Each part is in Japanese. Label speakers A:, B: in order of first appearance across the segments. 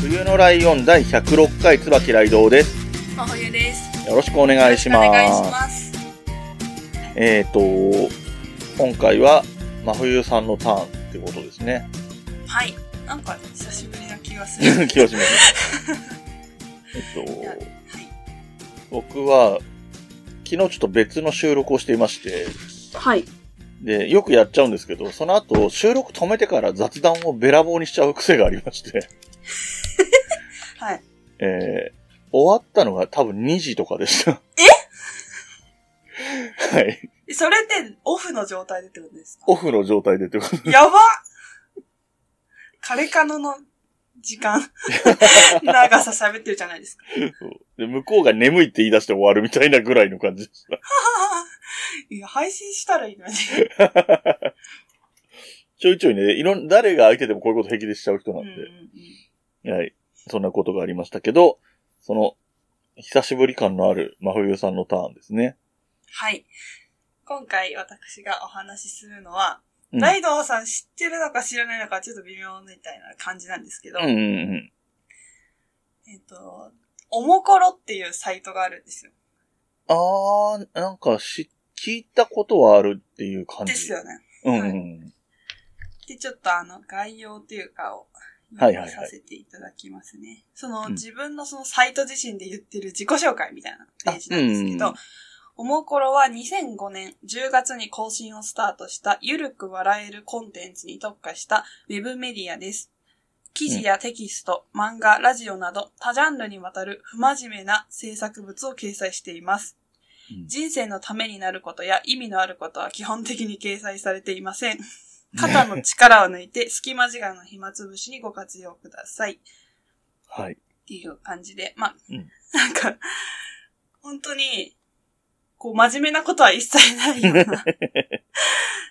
A: 冬のライオン第106回椿雷堂です。
B: 真冬です。
A: よろしくお願いします。
B: お願いします。
A: えっ、ー、と、今回は真冬さんのターンってことですね。
B: はい。なんか久しぶりな気がする。はい。
A: 気をします。えっと、僕は、昨日ちょっと別の収録をしていまして、
C: はい。
A: で、よくやっちゃうんですけど、その後、収録止めてから雑談をべらぼうにしちゃう癖がありまして、
B: はい。
A: えー、終わったのが多分2時とかでした。え はい。
B: それってオフの状態でってことですか
A: オフの状態でってこと
B: やばカレカノの時 間、長さ喋ってるじゃないですか。
A: で、向こうが眠いって言い出して終わるみたいなぐらいの感じでした。
B: いや、配信したらいいのに。
A: ちょいちょいね、いろん、誰が相手でもこういうこと平気でしちゃう人なん
B: うんうん
A: で、
B: うん
A: はい。そんなことがありましたけど、その、久しぶり感のある真冬さんのターンですね。
B: はい。今回私がお話しするのは、
A: うん
B: ライドウさん知ってるのか知らないのかちょっと微妙みたいな感じなんですけど、
A: うんうんうん。
B: えっ、と、おもころっていうサイトがあるんですよ。
A: あー、なんかし、聞いたことはあるっていう感じ。
B: ですよね。
A: うんうん。
B: で、ちょっとあの、概要というかを、
A: はいはいはい
B: させていただきますね。その、
A: うん
B: 自分のそのサイト自身で言ってる自己紹介みたいなページなんですけ
A: あうん
B: ど、おもころは2005年10月に更新をスタートしたゆるく笑えるコンテンツに特化したウェブメディアです。記事やテキスト、漫画、ラジオなど多ジャンルにわたる不真面目な制作物を掲載しています。
A: うん
B: 人生のためになることや意味のあることは基本的に掲載されていません。肩の力を抜いて隙間時間の暇つぶしにご活用ください。
A: はい。
B: っていう感じで、まあ、
A: うん
B: なんか、本当に、こう、真面目なことは一切ないよう な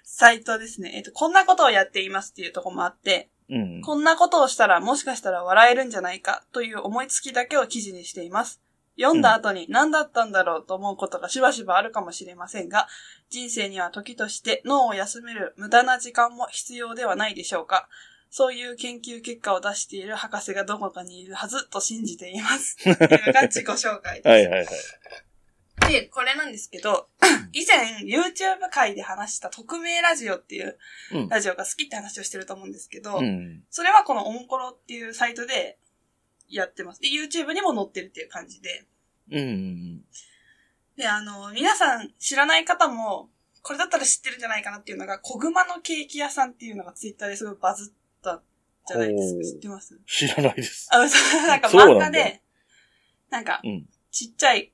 B: サイトですね。えっと、こんなことをやっていますっていうところもあって、
A: うん。
B: こんなことをしたらもしかしたら笑えるんじゃないかという思いつきだけを記事にしています。読んだ後に何だったんだろうと思うことがしばしばあるかもしれませんが、人生には時として脳を休める無駄な時間も必要ではないでしょうか。そういう研究結果を出している博士がどこかにいるはずと信じてい ます。というのが自己紹介です。
A: はいはいはい。
B: で、これなんですけ ど、以前 YouTube 界で話した匿名ラジオっていう
A: うん
B: ラジオが好きって話をしてると思うんですけど、
A: うん。
B: それはこのオンコロっていうサイトでやってます。で、YouTube にも載ってるっていう感じで。
A: うん。
B: で、あの、皆さん知らない方も、これだったら知ってるんじゃないかなっていうのが、小熊のケーキ屋さんっていうのがツイッターですごいバズったじゃないです
A: ほ
B: か。
A: う
B: 知ってます
A: 知らないです。
B: あ、 そう、なんか
A: そう
B: 漫
A: な
B: 画
A: んだ
B: で、なんか
A: うん、
B: ちっちゃい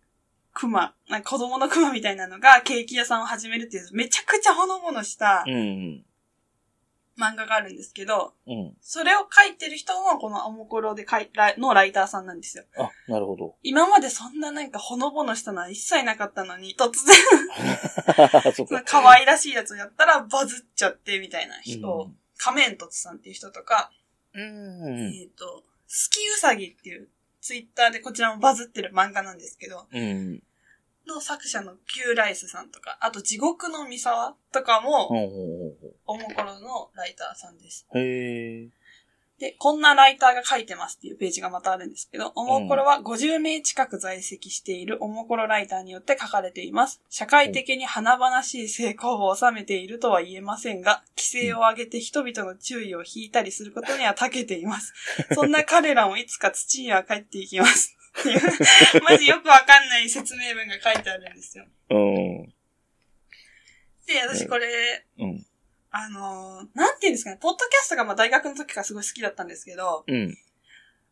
B: 熊、なんか子供の熊みたいなのがケーキ屋さんを始めるっていう、めちゃくちゃほのぼのした
A: うん。
B: 漫画があるんですけど、
A: うん。
B: それを書いてる人もこのおもころで書いライのライターさんなんですよ。
A: あ、なるほ ど。
B: 今までそんななんかほのぼのしたのは一切なかったのに、突然、
A: そっ
B: その
A: か。
B: 可愛らしいやつをやったらバズっちゃってみたいな人、
A: うん
B: 仮面凸さんっていう人とか、
A: うん。
B: えっ、と、スキウサギっていうツイッターでこちらもバズってる漫画なんですけど、
A: うん。
B: の作者のキューライスさんとか、あと地獄の三沢とかも、おもころのライターさんです。
A: へえ。
B: で、こんなライターが書いてますっていうページがまたあるんですけど、おもころは50名近く在籍しているおもころライターによって書かれています。社会的に華々しい成功を収めているとは言えませんが、規制を上げて人々の注意を引いたりすることには長けてい ます。そんな彼らもいつか土には帰っていきます。 っていう、マジよくわかんない説明文が書いてあるんですよ。
A: うん。
B: で、私これ、
A: うん。
B: あのーなんていうんですかね、ポッドキャストがまあ大学の時からすごい好きだったんですけど、
A: うん。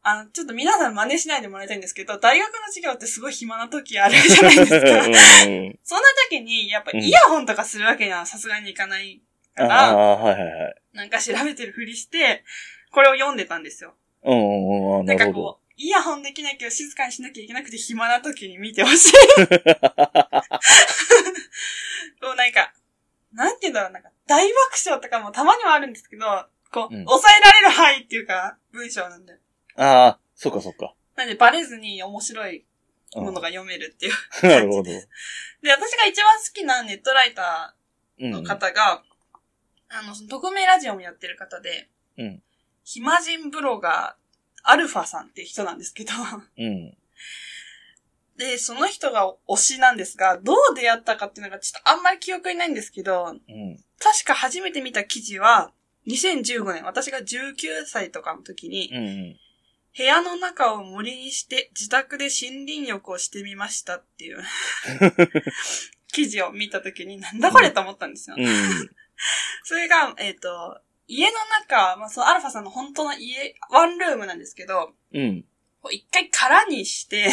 B: あの、ちょっと皆さん真似しないでもらいたいんですけど、大学の授業ってすごい暇な時あるじゃないですか。
A: うん
B: そんな時に、やっぱ
A: うん
B: イヤホンとかするわけにはさすがにいかないか
A: あ
B: ら、
A: あ、はいはいはい。
B: なんか調べてるふりして、これを読んでたんですよ。
A: うんうんうん、
B: な
A: なん
B: か
A: るほど。
B: こう、イヤホンできないけど静かにしなきゃいけなくて暇な時に見てほしい。こうなんか、なんて言うんだろう、なんか大爆笑とかもたまにはあるんですけど、こう、
A: う
B: 抑
A: ん
B: えられる範囲っていうか、文章なんで。
A: ああ、そっかそっか。
B: なんでバレずに面白い
A: うん
B: ものが読めるっていう。
A: なるほど。
B: で、私が一番好きなネットライタ
A: う
B: ー
A: ん。
B: の方が、あの、その匿名ラジオもやってる方で、
A: うん
B: 暇人ブロガー、アルファさんって人なんですけど、
A: うん。
B: で、その人が推しなんですが、どう出会ったかっていうのがちょっとあんまり記憶にないんですけど、
A: うん。
B: 確か初めて見た記事は、2015年、私が19歳とかの時に、
A: うんうん。
B: 部屋の中を森にして自宅で森林浴をしてみましたって いう記事を見た時に、なんだこれと思ったんですよ。
A: うん。
B: それが、えっ、と、家の中、まあ、そのアルファさんの本当の家、ワンルームなんですけど、
A: うん。
B: こう一回空に して、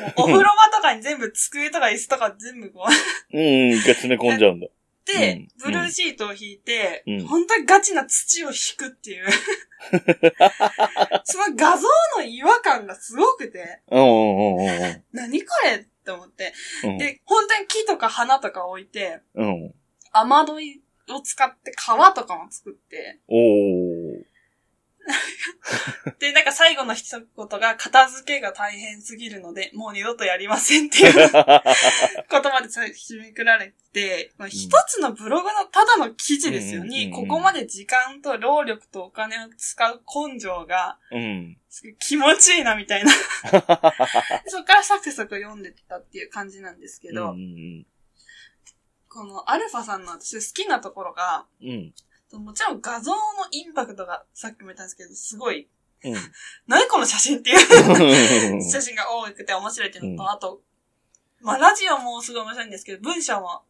B: もうお風呂場とかに全部机とか椅子とか全部こう
A: うん。が詰め込んじゃうんだ。
B: で、
A: うん
B: ブルーシートを引いて、
A: うん
B: 本当にガチな土を引くって いう。その画像の違和感がすごくて、
A: うんうんうんうん
B: 何これって思って。
A: うん。
B: で、本当に木とか花とか置いて、
A: うん。
B: 雨どいを使って川とかも作 って、
A: おー。
B: で、なんか最後の一言が、片付けが大変すぎるので、もう二度とやりませんっていうことまで締めくられて、まあ一つのブログのただの記事ですよ
A: うんうん
B: に、
A: うんう
B: こ
A: ん
B: こまで時間と労力とお金を使う根性が、
A: うん。
B: 気持ちいいなみた いな。そっからサクサク読んでたっていう感じなんですけど、
A: うん
B: このアルファさんの私好きなところが、
A: うんうん。
B: もちろん画像のインパクトがさっきも言ったんですけど、すごい、
A: うん。
B: 何この写真っていう。写真が多くて面白いっていうのと、
A: う
B: あと、まあ、ラジオもすごい面白いんですけど、文章も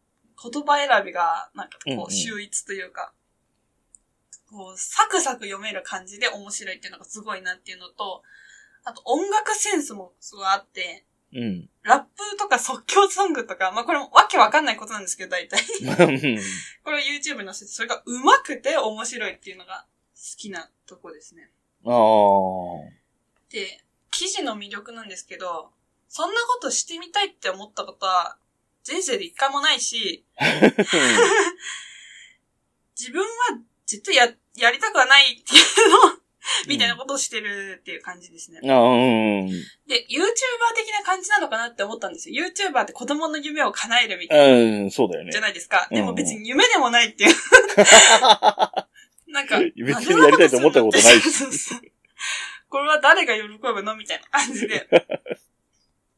B: 言葉選びが、なんか
A: うんう
B: こ
A: ん
B: う、秀逸というか、こう、サクサク読める感じで面白いっていうのがすごいなっていうのと、あと音楽センスもすごいあって、
A: うん。
B: ラップとか即興ソングとか、まあ、これもわけわかんないことなんですけど、大体。これを YouTube に載せて、それが上手くて面白いっていうのが好きなとこですね。
A: ああ。
B: で、記事の魅力なんですけど、そんなことしてみたいって思ったことは、人生で一回もないし、自分は絶対や、やりたくはないっていうのを、みたいなことをしてるっていう感じですね。
A: ああ、うん。
B: で、YouTuber 的な感じなのかなって思ったんですよ。YouTuber って子供の夢を叶えるみたいな、
A: うん、そうだよね
B: じゃ。ないですか。
A: うん
B: でも別に夢でもないって いう。なんか、
A: 別にやりたいと思ったことないし
B: そうそうそうこれは誰が喜ぶのみたいな感じで。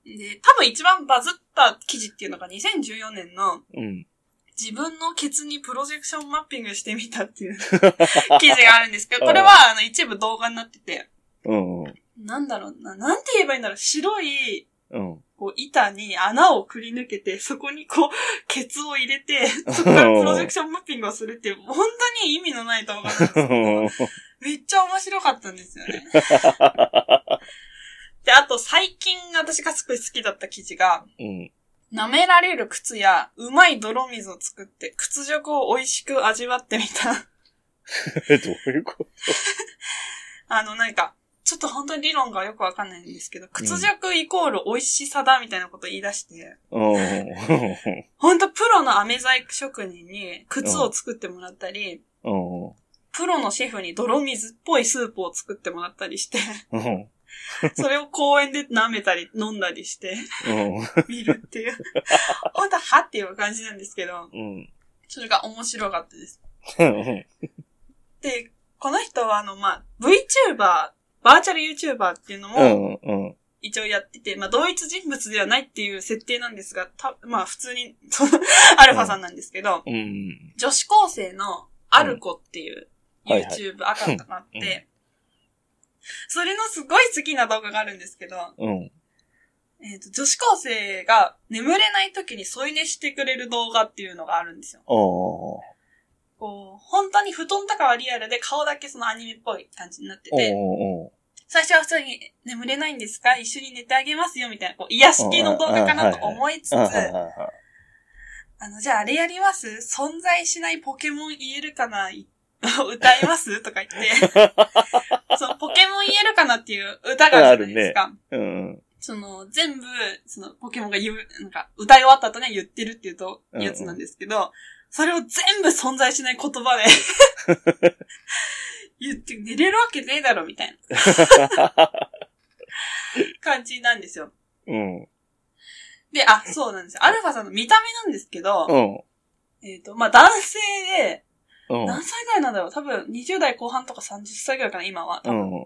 B: で、多分一番バズった記事っていうのが2014年の
A: うん。
B: 自分のケツにプロジェクションマッピングしてみたっていう 記事があるんですけど、これはあの一部動画になってて、
A: うん。
B: なんだろうな、なんて言えばいいんだろう、白い
A: うん。
B: こう板に穴をくり抜けて、そこにこう、ケツを入れて、そこからプロジェクションマッピングをするっていう、本当に意味のない動画なんです けど、めっちゃ面白かったんですよね。で、あと最近私がすごい好きだった記事が、
A: うん。
B: 舐められる靴やうまい泥水を作って屈辱を美味しく味わってみた。
A: え、どういうこ
B: あの、なんか、ちょっと本当に理論がよくわかんないんですけど、屈辱イコール美味しさだみたいなことを言い出して、
A: とうん。
B: 本当プロの飴細工職人に靴を作ってもらったり、
A: うん。
B: プロのシェフに泥水っぽいスープを作ってもらったり して、
A: うん。
B: それを公園で舐めたり飲んだり して、見るっていう。ほんと、はっていう感じなんですけど、
A: うん。
B: それが面白かったです。
A: うん。
B: で、この人はあの、まあ、VTuber、バーチャル YouTuber っていうの
A: う
B: も
A: ん。うん。
B: 一応やってて、まあ、同一人物ではないっていう設定なんですが、たまあ、普通に、その、アルファさんなんですけど、
A: うん。
B: 女子高生のアルコっていう
A: うんはいはい
B: YouTube アカウントがあっ
A: うん
B: て、それのすごい好きな動画があるんですけど、
A: うん。
B: えっ、と、女子高生が眠れない時に添い寝してくれる動画っていうのがあるんですよ。
A: お
B: こう、本当に布団とかはリアルで顔だけそのアニメっぽい感じになってて、
A: お
B: 最初は普通に眠れないんですか一緒に寝てあげますよみたいな、こう、癒し系の動画かなと思いつつ、
A: うん。
B: あの、じゃああれやります存在しない ポケモン言えるかな歌いますとか言って、そのポケモン言えるかなっていう歌があるじゃないですか。
A: うんうん。
B: その、全部、その、ポケモンが言う、なんか、歌い終わった後には言ってるっていうと、
A: うんうん
B: やつなんですけど、それを全部存在しない言葉で、 言って、寝れるわけねえだろ、みたいな感じなんですよ。
A: うん。
B: で、あ、そうなんですよ。アルファさんの見た目なんですけど、
A: うん。
B: えっ、と、まあ、男性で、
A: うん。
B: 何歳ぐらいなんだろう多分、20代後半とか30歳ぐらいかな、今は。
A: うん。うん。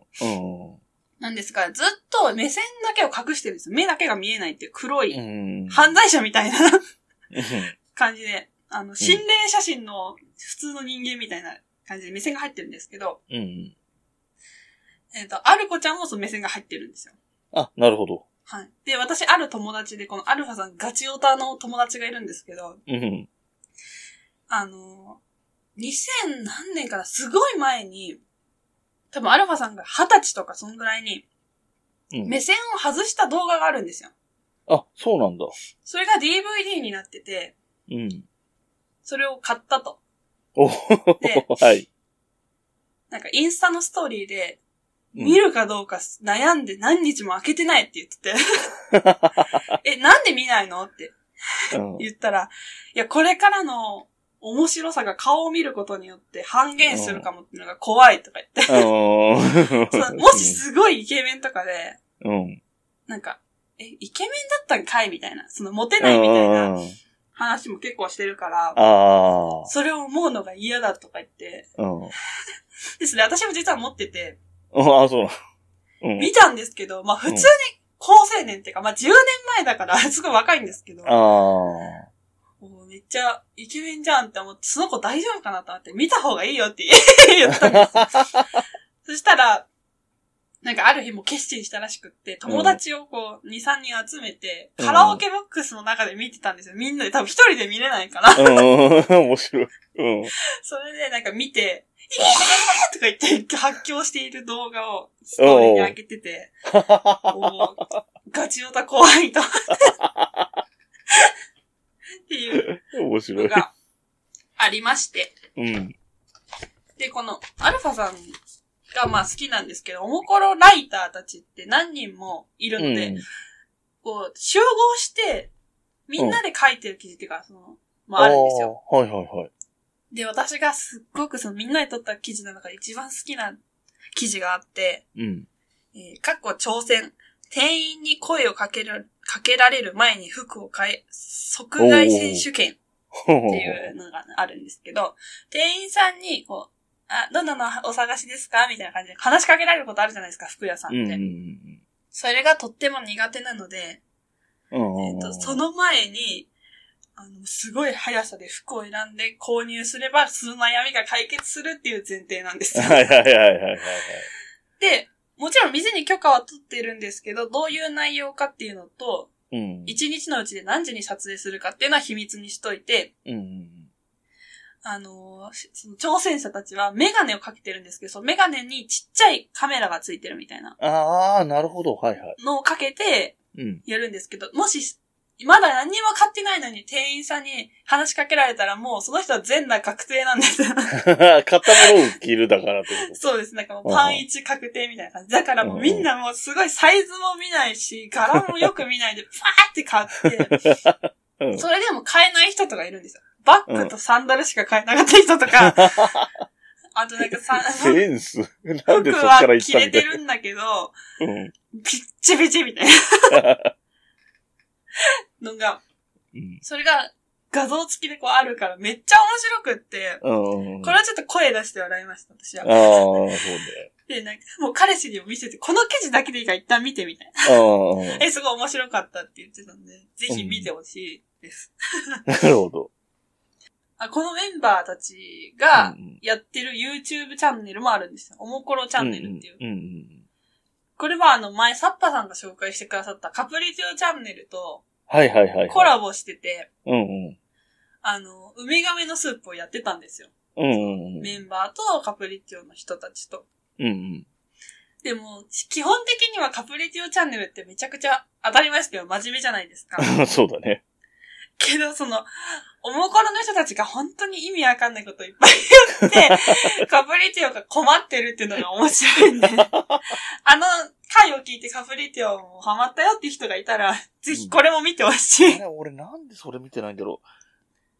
B: なんですが、ずっと目線だけを隠してるんですよ。目だけが見えないっていう黒い、
A: うん。
B: 犯罪者みたいな 感じで、あの、心霊写真の普通の人間みたいな感じで目線が入ってるんですけど、
A: うん。
B: えっ、と、アルコちゃんもその目線が入ってるんですよ。
A: あ、なるほど。
B: はい。で、私、ある友達で、このアルファさんガチオタの友達がいるんですけど、
A: うん。
B: あの、2000何年からすごい前に、多分アルファさんが20歳とかそんぐらいに、
A: うん
B: 目線を外した動画があるんですよ。
A: あ、そうなんだ。
B: それが DVD になってて、
A: うん。
B: それを買ったと。
A: お
B: で
A: はい。
B: なんかインスタのストーリーで、
A: うん
B: 見るかどうか悩んで何日も開けてないって言 ってて。え、なんで見ないのって
A: うん
B: 言ったら、いや、これからの面白さが顔を見ることによって半減するかもっていうのが怖いとか言って。そのもしすごいイケメンとかで、
A: うん。
B: なんか、え、イケメンだったんかいみたいな、そのモテ
A: う。
B: ないみたいなん話も結構してるから、
A: あ
B: それを思うのが嫌だとか言って。
A: あ。うん。
B: ですね、私も実は持ってて、
A: あ、そうなん。うん。
B: 見たんですけど、まあ普通に高青年っていうか、まあ10年前だから、 すごい若いんですけど、
A: あ
B: もうめっちゃイケメンじゃんって思って、その子大丈夫かなと思って、見た方がいいよって言ったんです よ。そしたら、なんかある日もう決心したらしくって、友達をこう、2、3人集めて、
A: うん
B: カラオケボックスの中で見てたんですよ。みんなで多分一人で見れないから。
A: あ。うん。面白い。うん。
B: それでなんか見て、イエーイとか言って発狂している動画をストーリーに上げてて、おーガチオタ怖いと思って。っていう
A: 面白
B: の
A: い。
B: がありまして。
A: うん。
B: で、このアルファさんがまあ好きなんですけど、おもころライターたちって何人もいるので、こう集合して、みんなで書いてる記事っていうか、その、まああるんですよ。
A: あーはいはいはい。
B: で、私がすっごくそのみんなで撮った記事の中で一番好きな記事があって、
A: うん。
B: えー、かっこ挑戦。店員に声をかける、かけられる前に服を変え、即買い選手権っていうのがあるんですけど、店員さんに、こう、あ、どんなのお探しですかみたいな感じで話しかけられることあるじゃないですか、服屋さん
A: うん。う
B: って。
A: ん。
B: それがとっても苦手なので、
A: う
B: え
A: ん
B: っ、と、そ、の前に、あの、すごい速さで服を選んで購入すれば、その悩みが解決するっていう前提なんですよ。
A: はいはいはいはいはい。
B: で、もちろん店に許可は取ってるんですけど、どういう内容かっていうのと、
A: うん。
B: 一日のうちで何時に撮影するかっていうのは秘密にしといて、
A: うん。
B: あのーしその挑戦者たちはメガネをかけてるんですけど、そのメガネにちっちゃいカメラがついてるみたいな
A: ああ、なるほど。はいはい。
B: のをかけて
A: うん。
B: やるんですけど、もし、まだ何にも買ってないのに店員さんに話しかけられたらもうその人は全裸確定なんです よ。
A: 片物を着るだからってこ
B: そうです。なんかもうパン一確定みたいな感じ。だからもうみんなもうすごいサイズも見ないし、柄もよく見 ないで、パーって買って、
A: と。うん。
B: それでも買えない人とかいるんですよ。バッグとサンダルしか買えなかった人とか、 あとなんか さ、
A: センス。なん
B: 服
A: でそっ
B: は
A: から行っ
B: 着
A: たみ
B: れ
A: た
B: て
A: いな。
B: るんだけど、
A: うん。
B: ピッチピチみたい なのが、
A: うん
B: それが画像付きでこうあるからめっちゃ面白くって、
A: うん。
B: これはちょっと声出して笑いました、私
A: ああ、
B: は。
A: そうね。
B: で、なんか、もう彼氏にも見せて、この記事だけでいいから一旦見てみたいな。
A: あ
B: え、すごい面白かったって言ってたんで、ぜひ見てほしいです。
A: あ。なるほど。
B: あこのメンバーたち
A: う
B: が
A: んうん
B: やってる YouTube チャンネルもあるんですよ。おもころチャンネルっていう。
A: うんうん。
B: これはあの前、サッパさんが紹介してくださったカプリチューチャンネルと
A: はいはいはいはい。
B: コラボしてて、
A: うんうん。
B: あの、ウミガメのスープをやってたんですよ。
A: うんうんうん。
B: メンバーとカプリチューの人たちと。
A: うんうん。
B: でも、基本的にはカプリチューチャンネルってめちゃくちゃ当たり前ですけど、真面目じゃないですか。
A: そうだね。
B: けど、その、おもころの人たちが本当に意味わかん ないこといっぱい言って、カプリチオが困ってるっていうのが面白いんで、あの回を聞いてカプリティオもハマったよって人がいたら、ぜひこれも見てほしい。
A: あれ、俺なんでそれ見てないんだろう。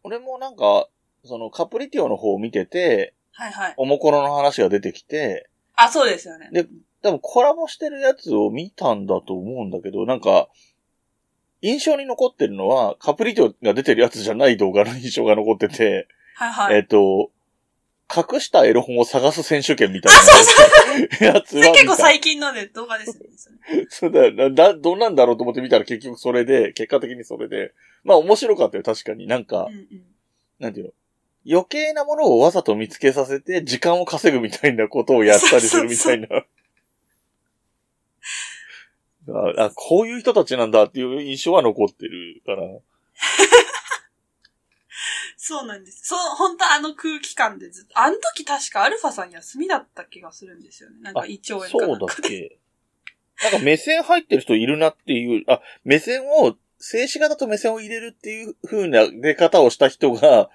A: 俺もなんか、そのカプリティオの方を見てて、
B: はいはい。
A: おもころの話が出てきて、
B: あ、そうですよね。
A: で、多分コラボしてるやつを見たんだと思うんだけど、なんか、印象に残ってるのは、カプリティオが出てるやつじゃない動画の印象が残ってて、
B: はいはい。
A: えっと、隠したエロ本を探す選手権みたいな。やつ
B: そ
A: は
B: れ結構
A: 見た
B: 最近ので動画ですね。それ
A: そうだよな、だ、どんなんだろうと思って見たら結局それで、結果的にそれで。まあ面白かったよ、確かに。なんか
B: う、んうん。
A: なんていうの。余計なものをわざと見つけさせて、時間を稼ぐみたいなことをやったりするみたいな。ああ、こういう人たちなんだっていう印象は残ってるから。
B: そうなんです。そう、本当あの空気感でずっと、あの時確かアルファさん休みだった気がするんですよね。なんか胃腸炎か
A: そ
B: な
A: うんだっ
B: かで。
A: け。なんか目線入ってる人いるなっていう、あ、目線を、静止型と目線を入れるっていう風な出方をした人が、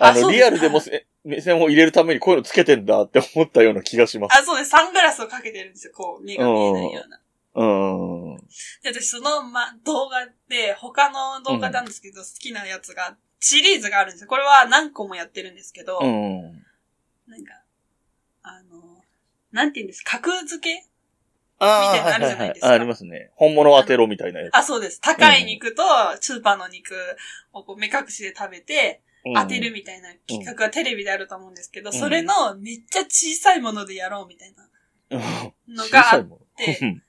B: あ
A: あの、
B: そうです
A: リアルでもせ目線を入れるためにこういうのつけてんだって思ったような気がします。
B: あ、そうです。サングラスをかけてるんですよ。こう、目が見えないような。
A: うん。
B: で、私その、ま、動画で、他の動画なんですけど、好きなやつが、シリーズがあるんですよ。これは何個もやってるんですけど、
A: うん。
B: なんか、あの、なんて言うんですか、格付け
A: あ
B: みたいなのあるじゃないですか
A: ありますね。本物を当てろみたいなやつ。
B: あ、そうです。高い肉と、スーパーの肉をこう目隠しで食べて、
A: うん
B: 当てるみたいな企画がテレビであると思うんですけど、それのめっちゃ小さいものでやろうみたいな
A: うん
B: のがあっ
A: も
B: て、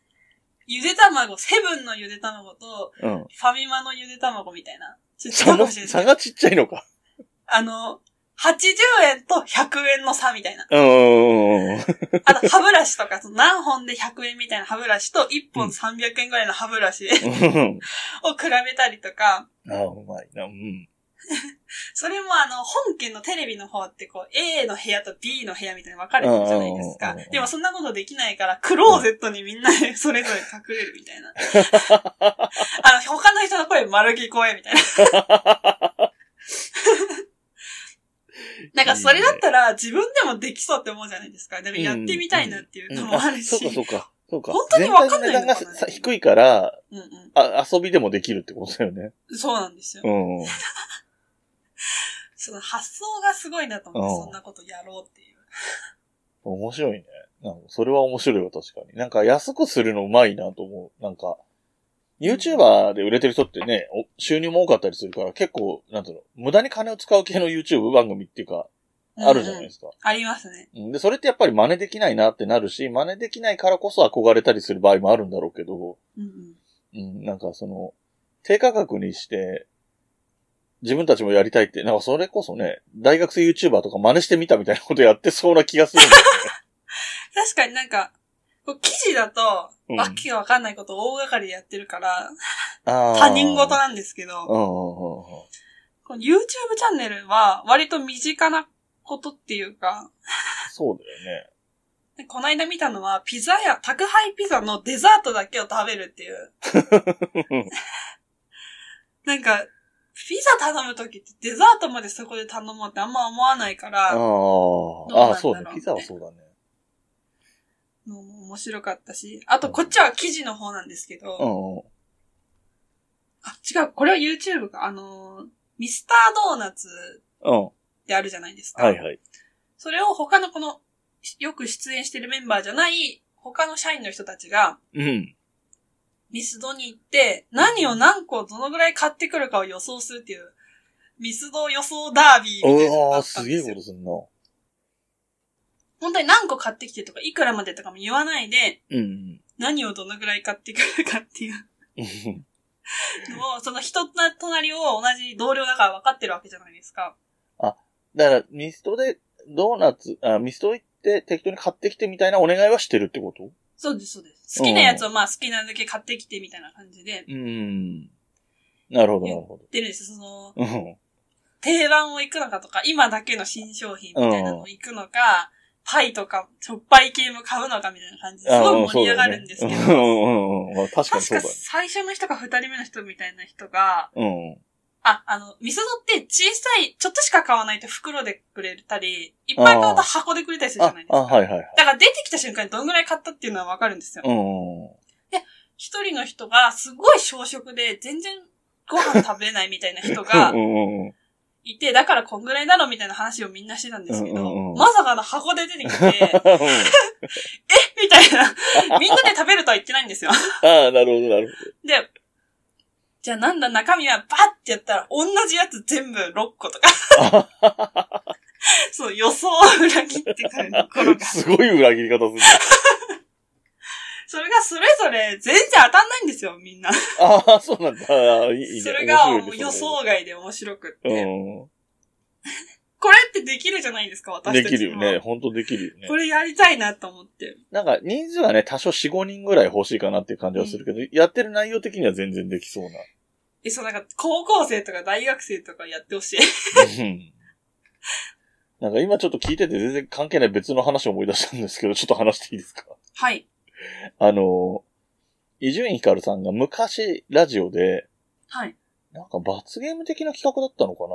B: ゆで卵、セブンのゆで卵と、
A: の。 うん。
B: ファミマのゆで卵みたいな。ちょっと
A: 差
B: かも
A: の、
B: しれない
A: 差がちっちゃいのか。
B: あの、80円と100円の差みたいな。
A: うんうんうんうん。
B: あ と、歯ブラシとか、その何本で100円みたいな歯ブラシと、1
A: う
B: 本
A: ん
B: 300円ぐらいの歯ブラシ
A: うん
B: を比べたりとか、
A: ああ、うまいな。うん。
B: それもあの、本家のテレビの方ってこう、A の部屋と B の部屋みたいに分かれてるじゃないです
A: うんうんうん
B: か
A: うんうん。
B: でもそんなことできないから、クローゼットにみんなで それぞれ隠れるみたいな。あの、他の人の声丸聞こえみたいな。 なんかそれだったら自分でもできそうって思うじゃないですか。だからやってみたいなっていうのもあるし。
A: そうか、そうか。そうか。
B: 本当にわかんないのかな
A: 全体の値段がさ低いから、
B: うんう
A: あ、遊びでもできるってことだよね。
B: ん。そうなんですよ
A: う。ん。
B: その発想がすごいなと思っ
A: う
B: て、そ
A: ん
B: んなことやろうっていう。
A: 面白いね。なんかそれは面白いわ、確かに。なんか安くするのうまいなと思う。なんか、YouTuber で売れてる人ってね、お収入も多かったりするから、結構、なんていうの、無駄に金を使う系の YouTube 番組っていうか、あるじゃない
B: うんう
A: で
B: ん
A: すか。
B: ありますね。
A: うんで、それってやっぱり真似できないなってなるし、真似できないからこそ憧れたりする場合もあるんだろうけど、
B: うんうん。
A: うん、なんかその、低価格にして、自分たちもやりたいって、なんかそれこそね、大学生 YouTuber とか真似してみたみたいなことやってそうな気がするんだ
B: 確かになんか、こう記事だと、
A: うん
B: わけがわかんないことを大掛かりでやってるから、
A: よね。
B: 他人事
A: だ。
B: なんですけど、
A: うんうんうんうん。
B: この YouTube チャンネルは割と身近なことっていうか、
A: そうだよね。
B: この間見たのは、ピザや、宅配ピザのデザートだけを食べるっていう。 なんか、ピザ頼むときってデザートまでそこで頼もうってあんま思わないか
A: あ
B: ら、う
A: あ。ああ、そう
B: なんだろ。
A: ね
B: う
A: ピザはそうだね。
B: のも面白かったし、あとこっちは記事の方なんですけど、
A: うんうん。
B: あ、違う、これは YouTube か、あのー、ミスタードーナツ
A: うん。
B: ってあるじゃないですか。
A: はいはい。
B: それを他のこの、よく出演してるメンバーじゃない、他の社員の人たちが、
A: うん。
B: ミスドに行って、何を何個どのぐらい買ってくるかを予想するっていう、ミスド予想ダービーみたいなの
A: う
B: があ
A: わ
B: った
A: す
B: ん
A: げ
B: で
A: え
B: す
A: こ
B: よ。
A: とすんな。
B: 本当に何個買ってきてとか、いくらまでとかも言わないで、
A: うん
B: 何をどのぐらい買ってくるかっていう
A: うん。
B: のを、その人と隣を同じ同僚だから分かってるわけじゃないですか。
A: だから、ミストで、ドーナツ、あ、ミスト行って適当に買ってきてみたいなお願いはしてるってこと
B: そうです、そうです。好きなやつをまあ好きなだけ買ってきてみたいな感じで、
A: うん。なるほど、なるほ
B: 出るんですよその、
A: ど。うん。
B: 定番を行くのかとか、今だけの新商品みたいなのを行くのか、パイとか、しょっぱい系も買うのかみたいな感じで、すごい盛り上がるんですけど、
A: あうんそうだよねうんうんうんまあ確かに
B: 確
A: そう
B: か
A: だよね。
B: 最初の人か二人目の人みたいな人が、
A: うん。
B: あ、あの、ミスドって小さい、ちょっとしか買わないと袋でくれたり、いっぱい買うと箱でくれたりするじゃ
A: あ
B: ないです、か。
A: あ、はいはいはい。
B: だから出てきた瞬間にどんぐらい買ったっていうのはわかるんですよ。
A: うん。
B: 一人の人がすごい小食で全然ご飯食べれないみたいな人が
A: うんうんうん。
B: いて、だからこんぐらいだろみたいな話をみんなしてたんですけど、
A: うんうんうん
B: まさかの箱で出てきて、みたいな、 みんなで食べるとは言ってないんですよ。
A: ああ、なるほど、なる
B: で、じゃあなんだ中身はバッってやったら同じやつ全部6個とか、 そう予想を裏切ってくるところ
A: ほど。
B: が、
A: すごい裏切り方する。
B: それがそれぞれ全然当たんないんですよ、みんな。
A: ああ、そうなんだ。ああいいね。
B: それが
A: 面白いですね
B: 予。想外で面白くって、
A: う
B: これってできるじゃないですか、
A: ん。
B: 私
A: で
B: たちも。
A: きるよね。本当できるよね
B: こ。れやりたいなと思って。
A: なんか人数はね、多少4、5人ぐらい欲しいかなっていう感じはするけど、やってる内容的には全然できそうな。
B: え、そうなんか、高校生とか大学生とかやってほしい。
A: うんなんか今ちょっと聞いてて全然関係ない別の話を思い出したんですけど、ちょっと話していいですか
B: はい。
A: あの、伊集院光さんが昔ラジオで、
B: はい。
A: なんか罰ゲーム的な企画だったのか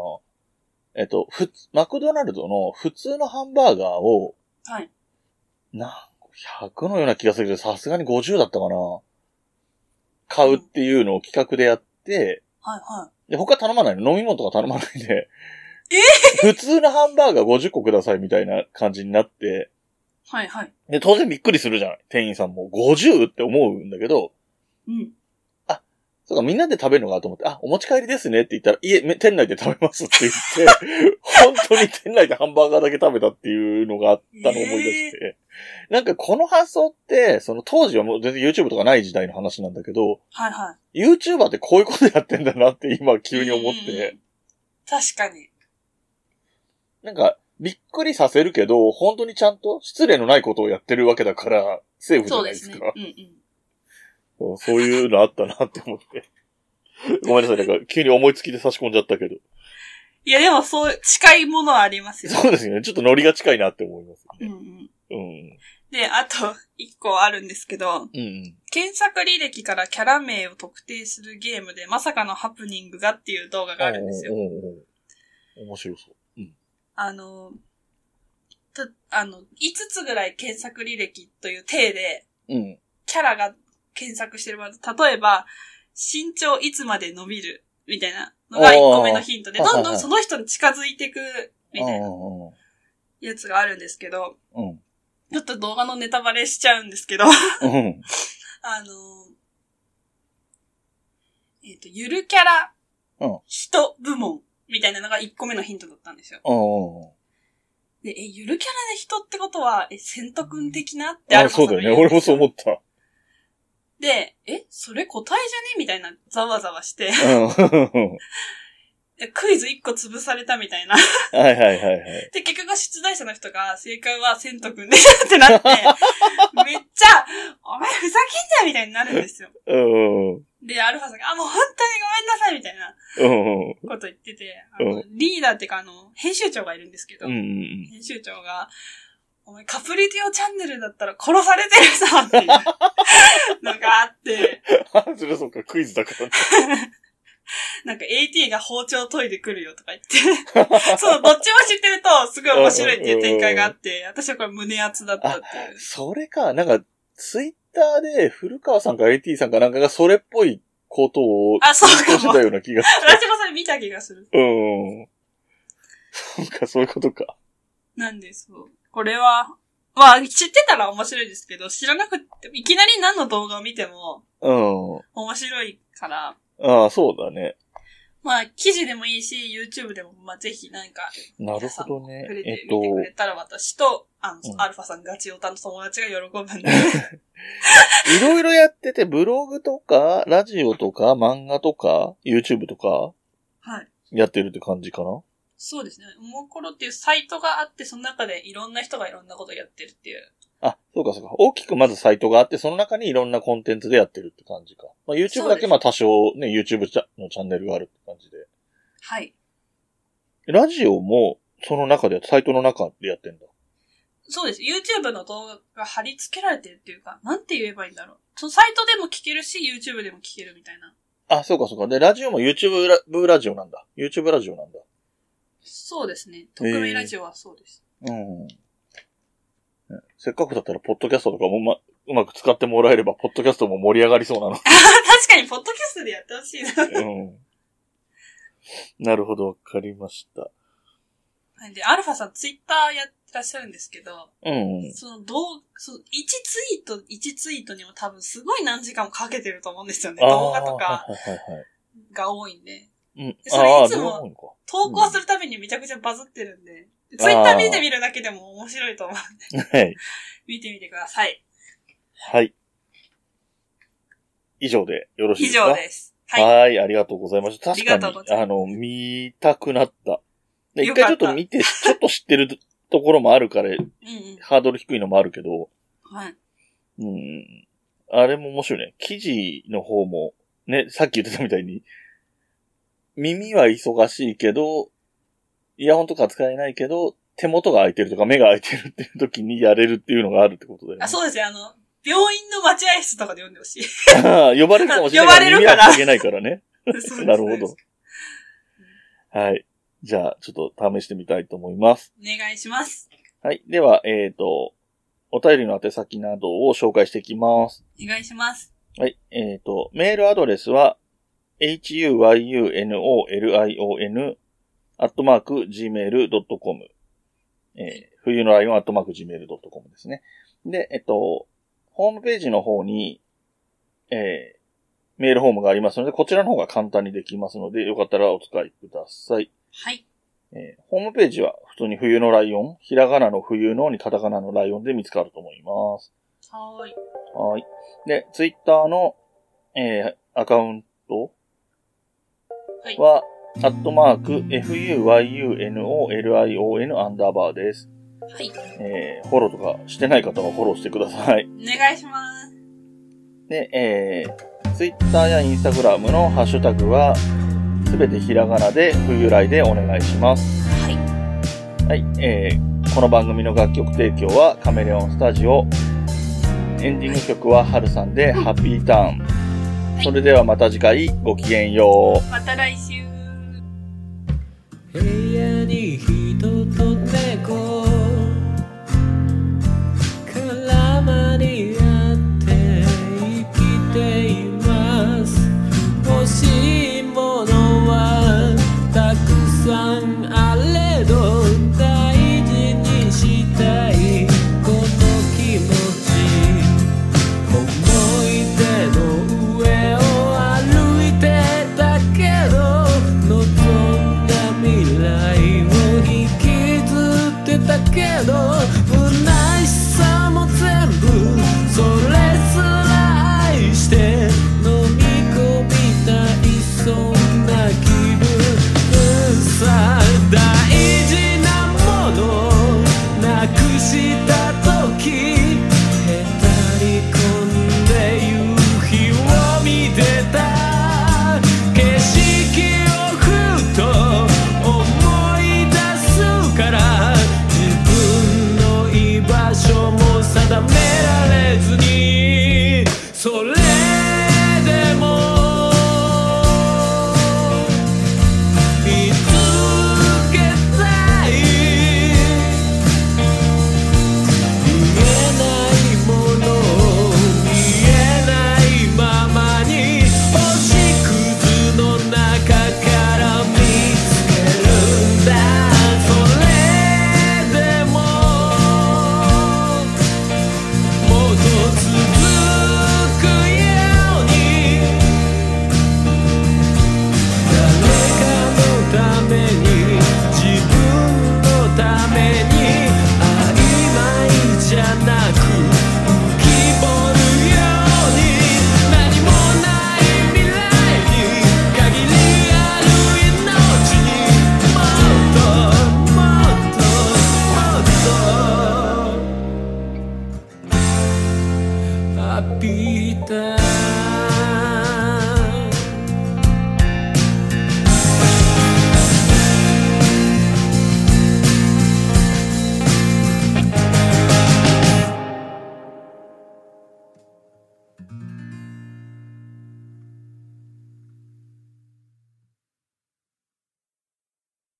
A: なえっと、ふつ、マクドナルドの普通のハンバーガーを、
B: はい。
A: なんか100のような気がするけど、さすがに50だったかな買うっていうのを企画でやって、
B: はい、は
A: で、他頼まないの飲み物とか頼まないで、普通のハンバーガー50個くださいみたいな感じになって、
B: い。はい、はい。
A: で、当然びっくりするじゃない店員さんも。50? って思うんだけど、
B: うん。
A: そうか、みんなで食べるのかと思って、あ、お持ち帰りですねって言ったら、いえ、め店内で食べますって言って、本当に店内でハンバーガーだけ食べたっていうのがあったのを思い出して、なんかこの発想って、その当時はもう全然 YouTube とかない時代の話なんだけど、
B: はい、は
A: YouTuber ってこういうことやってんだなって今
B: い。
A: 急に思って、
B: うん。確かに。
A: なんかびっくりさせるけど、本当にちゃんと失礼のないことをやってるわけだから、セーフじ
B: そ
A: ゃ
B: う
A: ない
B: で
A: ですす
B: ね
A: か。。
B: うん、うん。
A: そうそういうのあったなって思って。ごめんなさい、なんか急に思いつきで差し込んじゃったけど。
B: いや、でも、そう、近いものはありますよ。
A: そうですね。ちょっとノリが近いなって思います
B: うん、
A: ね。
B: うん。
A: うん。
B: で、あと、一個あるんですけど、
A: うん。
B: 検索履歴からキャラ名を特定するゲームで、まさかのハプニングがっていう動画があるんですよ。
A: おうおうおう面白そう。
B: あの、た、あの、5つぐらい検索履歴という体で、
A: うん。
B: キャラが検索してるワード。例えば、身長いつまで伸びるみたいなのが1個目のヒントで、
A: あー
B: どん
A: はい
B: ど
A: は
B: ん
A: い
B: その人に近づいていく、みたいな
A: うん
B: やつがあるんですけど、
A: うん。
B: ちょっと動画のネタバレしちゃうんですけど、
A: うん。
B: あの、えっ、と、ゆるキャラ
A: うん、
B: 人部門みたいなのが1個目のヒントだったんですよ。
A: うん。
B: で、え、ゆるキャラで人ってことは、え、セント君的なって
A: あ
B: あ
A: あ、
B: る
A: そうだよね。
B: 俺
A: 俺もそう思った。
B: で、え、それ答えじゃねみたいな、ざわざわして、
A: うん。は
B: えクイズ1個潰されたみたいな。
A: いはいはいはい。
B: で、結局出題者の人が、正解はセント君でしたってなって、 めっちゃ、お前ふざけんなみたいになるんですよ。
A: うん。
B: で、アルファさんが、あ、もう本当にごめんなさいみたいな。
A: うん。
B: こと言ってて、あの、リーダーっていうか、あの、編集長がいるんですけど、
A: うん うん。
B: 編集長が、お前、カプリティオチャンネルだったら殺されてるさっていうのがあって、
A: それはそうか、クイズだからね。
B: なんか AT が包丁研いでくるよとか言って、そう、どっちも知ってると、すごい面白いっていう展開があって、私はこれ胸熱だったっていう。
A: それか、なんか、ツイッターで古川さんか AT さんかなんかがそれっぽいことを
B: あそうかも
A: ツイートしてたような気がす
B: 私もそれ見た気がする。
A: る。うん。そうか、そういうことか。
B: なんで、そう。これは、まあ、知ってたら面白いですけど、知らなくて、いきなり何の動画を見ても
A: うん。
B: 面白いから、
A: ああ、そうだね。
B: まあ、記事でもいいし、YouTube でも、まあ、ぜひなんか、
A: なるほどね
B: 触れ。て
A: えっ
B: み
A: と、
B: てくれたら、私と、あの、
A: うん
B: アルファさんガチオタの友達が喜ぶん で。
A: いろいろやってて、ブログとか、ラジオとか、漫画とか、YouTube とか、
B: はい。
A: やってるって感じかな
B: そうですね。おもころっていうサイトがあって、その中でいろんな人がいろんなことやってるっていう。
A: あ、そうかそうか。大きくまずサイトがあって、その中にいろんなコンテンツでやってるって感じか。まあ、YouTube だ
B: そうで
A: け
B: す
A: まあ多少ね、YouTube チャのチャンネルがあるって感じで。
B: はい。
A: ラジオも、その中で、サイトの中でやってんだ。
B: そうです。YouTube の動画が貼り付けられてるっていうか、なんて言えばいいんだろう。そのサイトでも聞けるし、YouTube でも聞けるみたいな。
A: あ、そうかそうか。で、ラジオも YouTube ラブラジオなんだ。YouTube ラジオなんだ。
B: そうですね。特命ラジオはそうです。
A: うん。ねせっかくだったら、ポッドキャストとかもうま、うまく使ってもらえれば、ポッドキャストも盛り上がりそうなの。
B: 確かに、ポッドキャストでやってほしいな。
A: うん。なるほど、わかりました。
B: はいで、アルファさん、ツイッターやってらっしゃるんですけど、
A: うん。
B: その、どう、その、1ツイート、1ツイートにも多分すごい何時間もかけてると思うんですよね。
A: あー
B: 動画とか
A: はいはいはいはい。
B: が多いんで。
A: うん。
B: それ
A: あー
B: いつも
A: で多いのか
B: 投稿するたびにめちゃくちゃバズってるんで、ツイッター見てみるだけでも面白いと思う。
A: はい。
B: 見てみてください。
A: はい。以上でよろしい
B: 以
A: ですか
B: 上です。
A: は
B: はいい。
A: ありがとうございました。確
B: ありがとう
A: か
B: ご
A: に、
B: ざい
A: あ
B: ます
A: の、見たくなった。で一
B: よかっ
A: 回ち
B: た
A: ょっと見て、ちょっと知ってるところもあるから、
B: うん
A: ハードル低いのもあるけど、
B: うん。はい。
A: うん。あれも面白いね。記事の方も、ね、さっき言ってたみたいに、耳は忙しいけど、イヤホンとか使えないけど、手元が空いてるとか目が空いてるっていう時にやれるっていうのがあるってことだよね。
B: あ、そうですね。あの、病院の待合室とかで読んでほ しい。
A: ああ 呼ばれるかもしれない。
B: 呼ばれるから
A: 耳はかけないか らね。なるほど。はい。じゃあ、ちょっと試してみたいと思います。
B: お願いします。
A: はい。では、えっ、と、お便りの宛先などを紹介していきます。
B: お願いします。
A: はい。えっ、と、メールアドレスは、huyunolion アットマーク gmail.com えー冬のライオンアットマーク gmail.com ですね。で、えっと、ホームページの方に、えーメールフォームがありますので、こちらの方が簡単にできますので、よかったらお使いください。
B: はい。
A: えーホームページは普通に冬のライオン、ひらがなの冬のにカタカナのライオンで見つかると思います。
B: はーい。
A: はい。で、ツイッターの、えーアカウント
B: はい
A: は、アットマーク、fuyunolion アンダーバーです。
B: はい。
A: えーフォローとかしてない方はフォローしてください。
B: お願いします。
A: で、えー、ツイッターやインスタグラムのハッシュタグは、すべてひらがなで、冬来でお願いします。
B: はい。
A: はい。えー、この番組の楽曲提供はカメレオンスタジオ。エンディング曲はハルさんで、ハッピーターン。それではまた次回ごきげんよう。
B: また来週。
C: 部屋に人と猫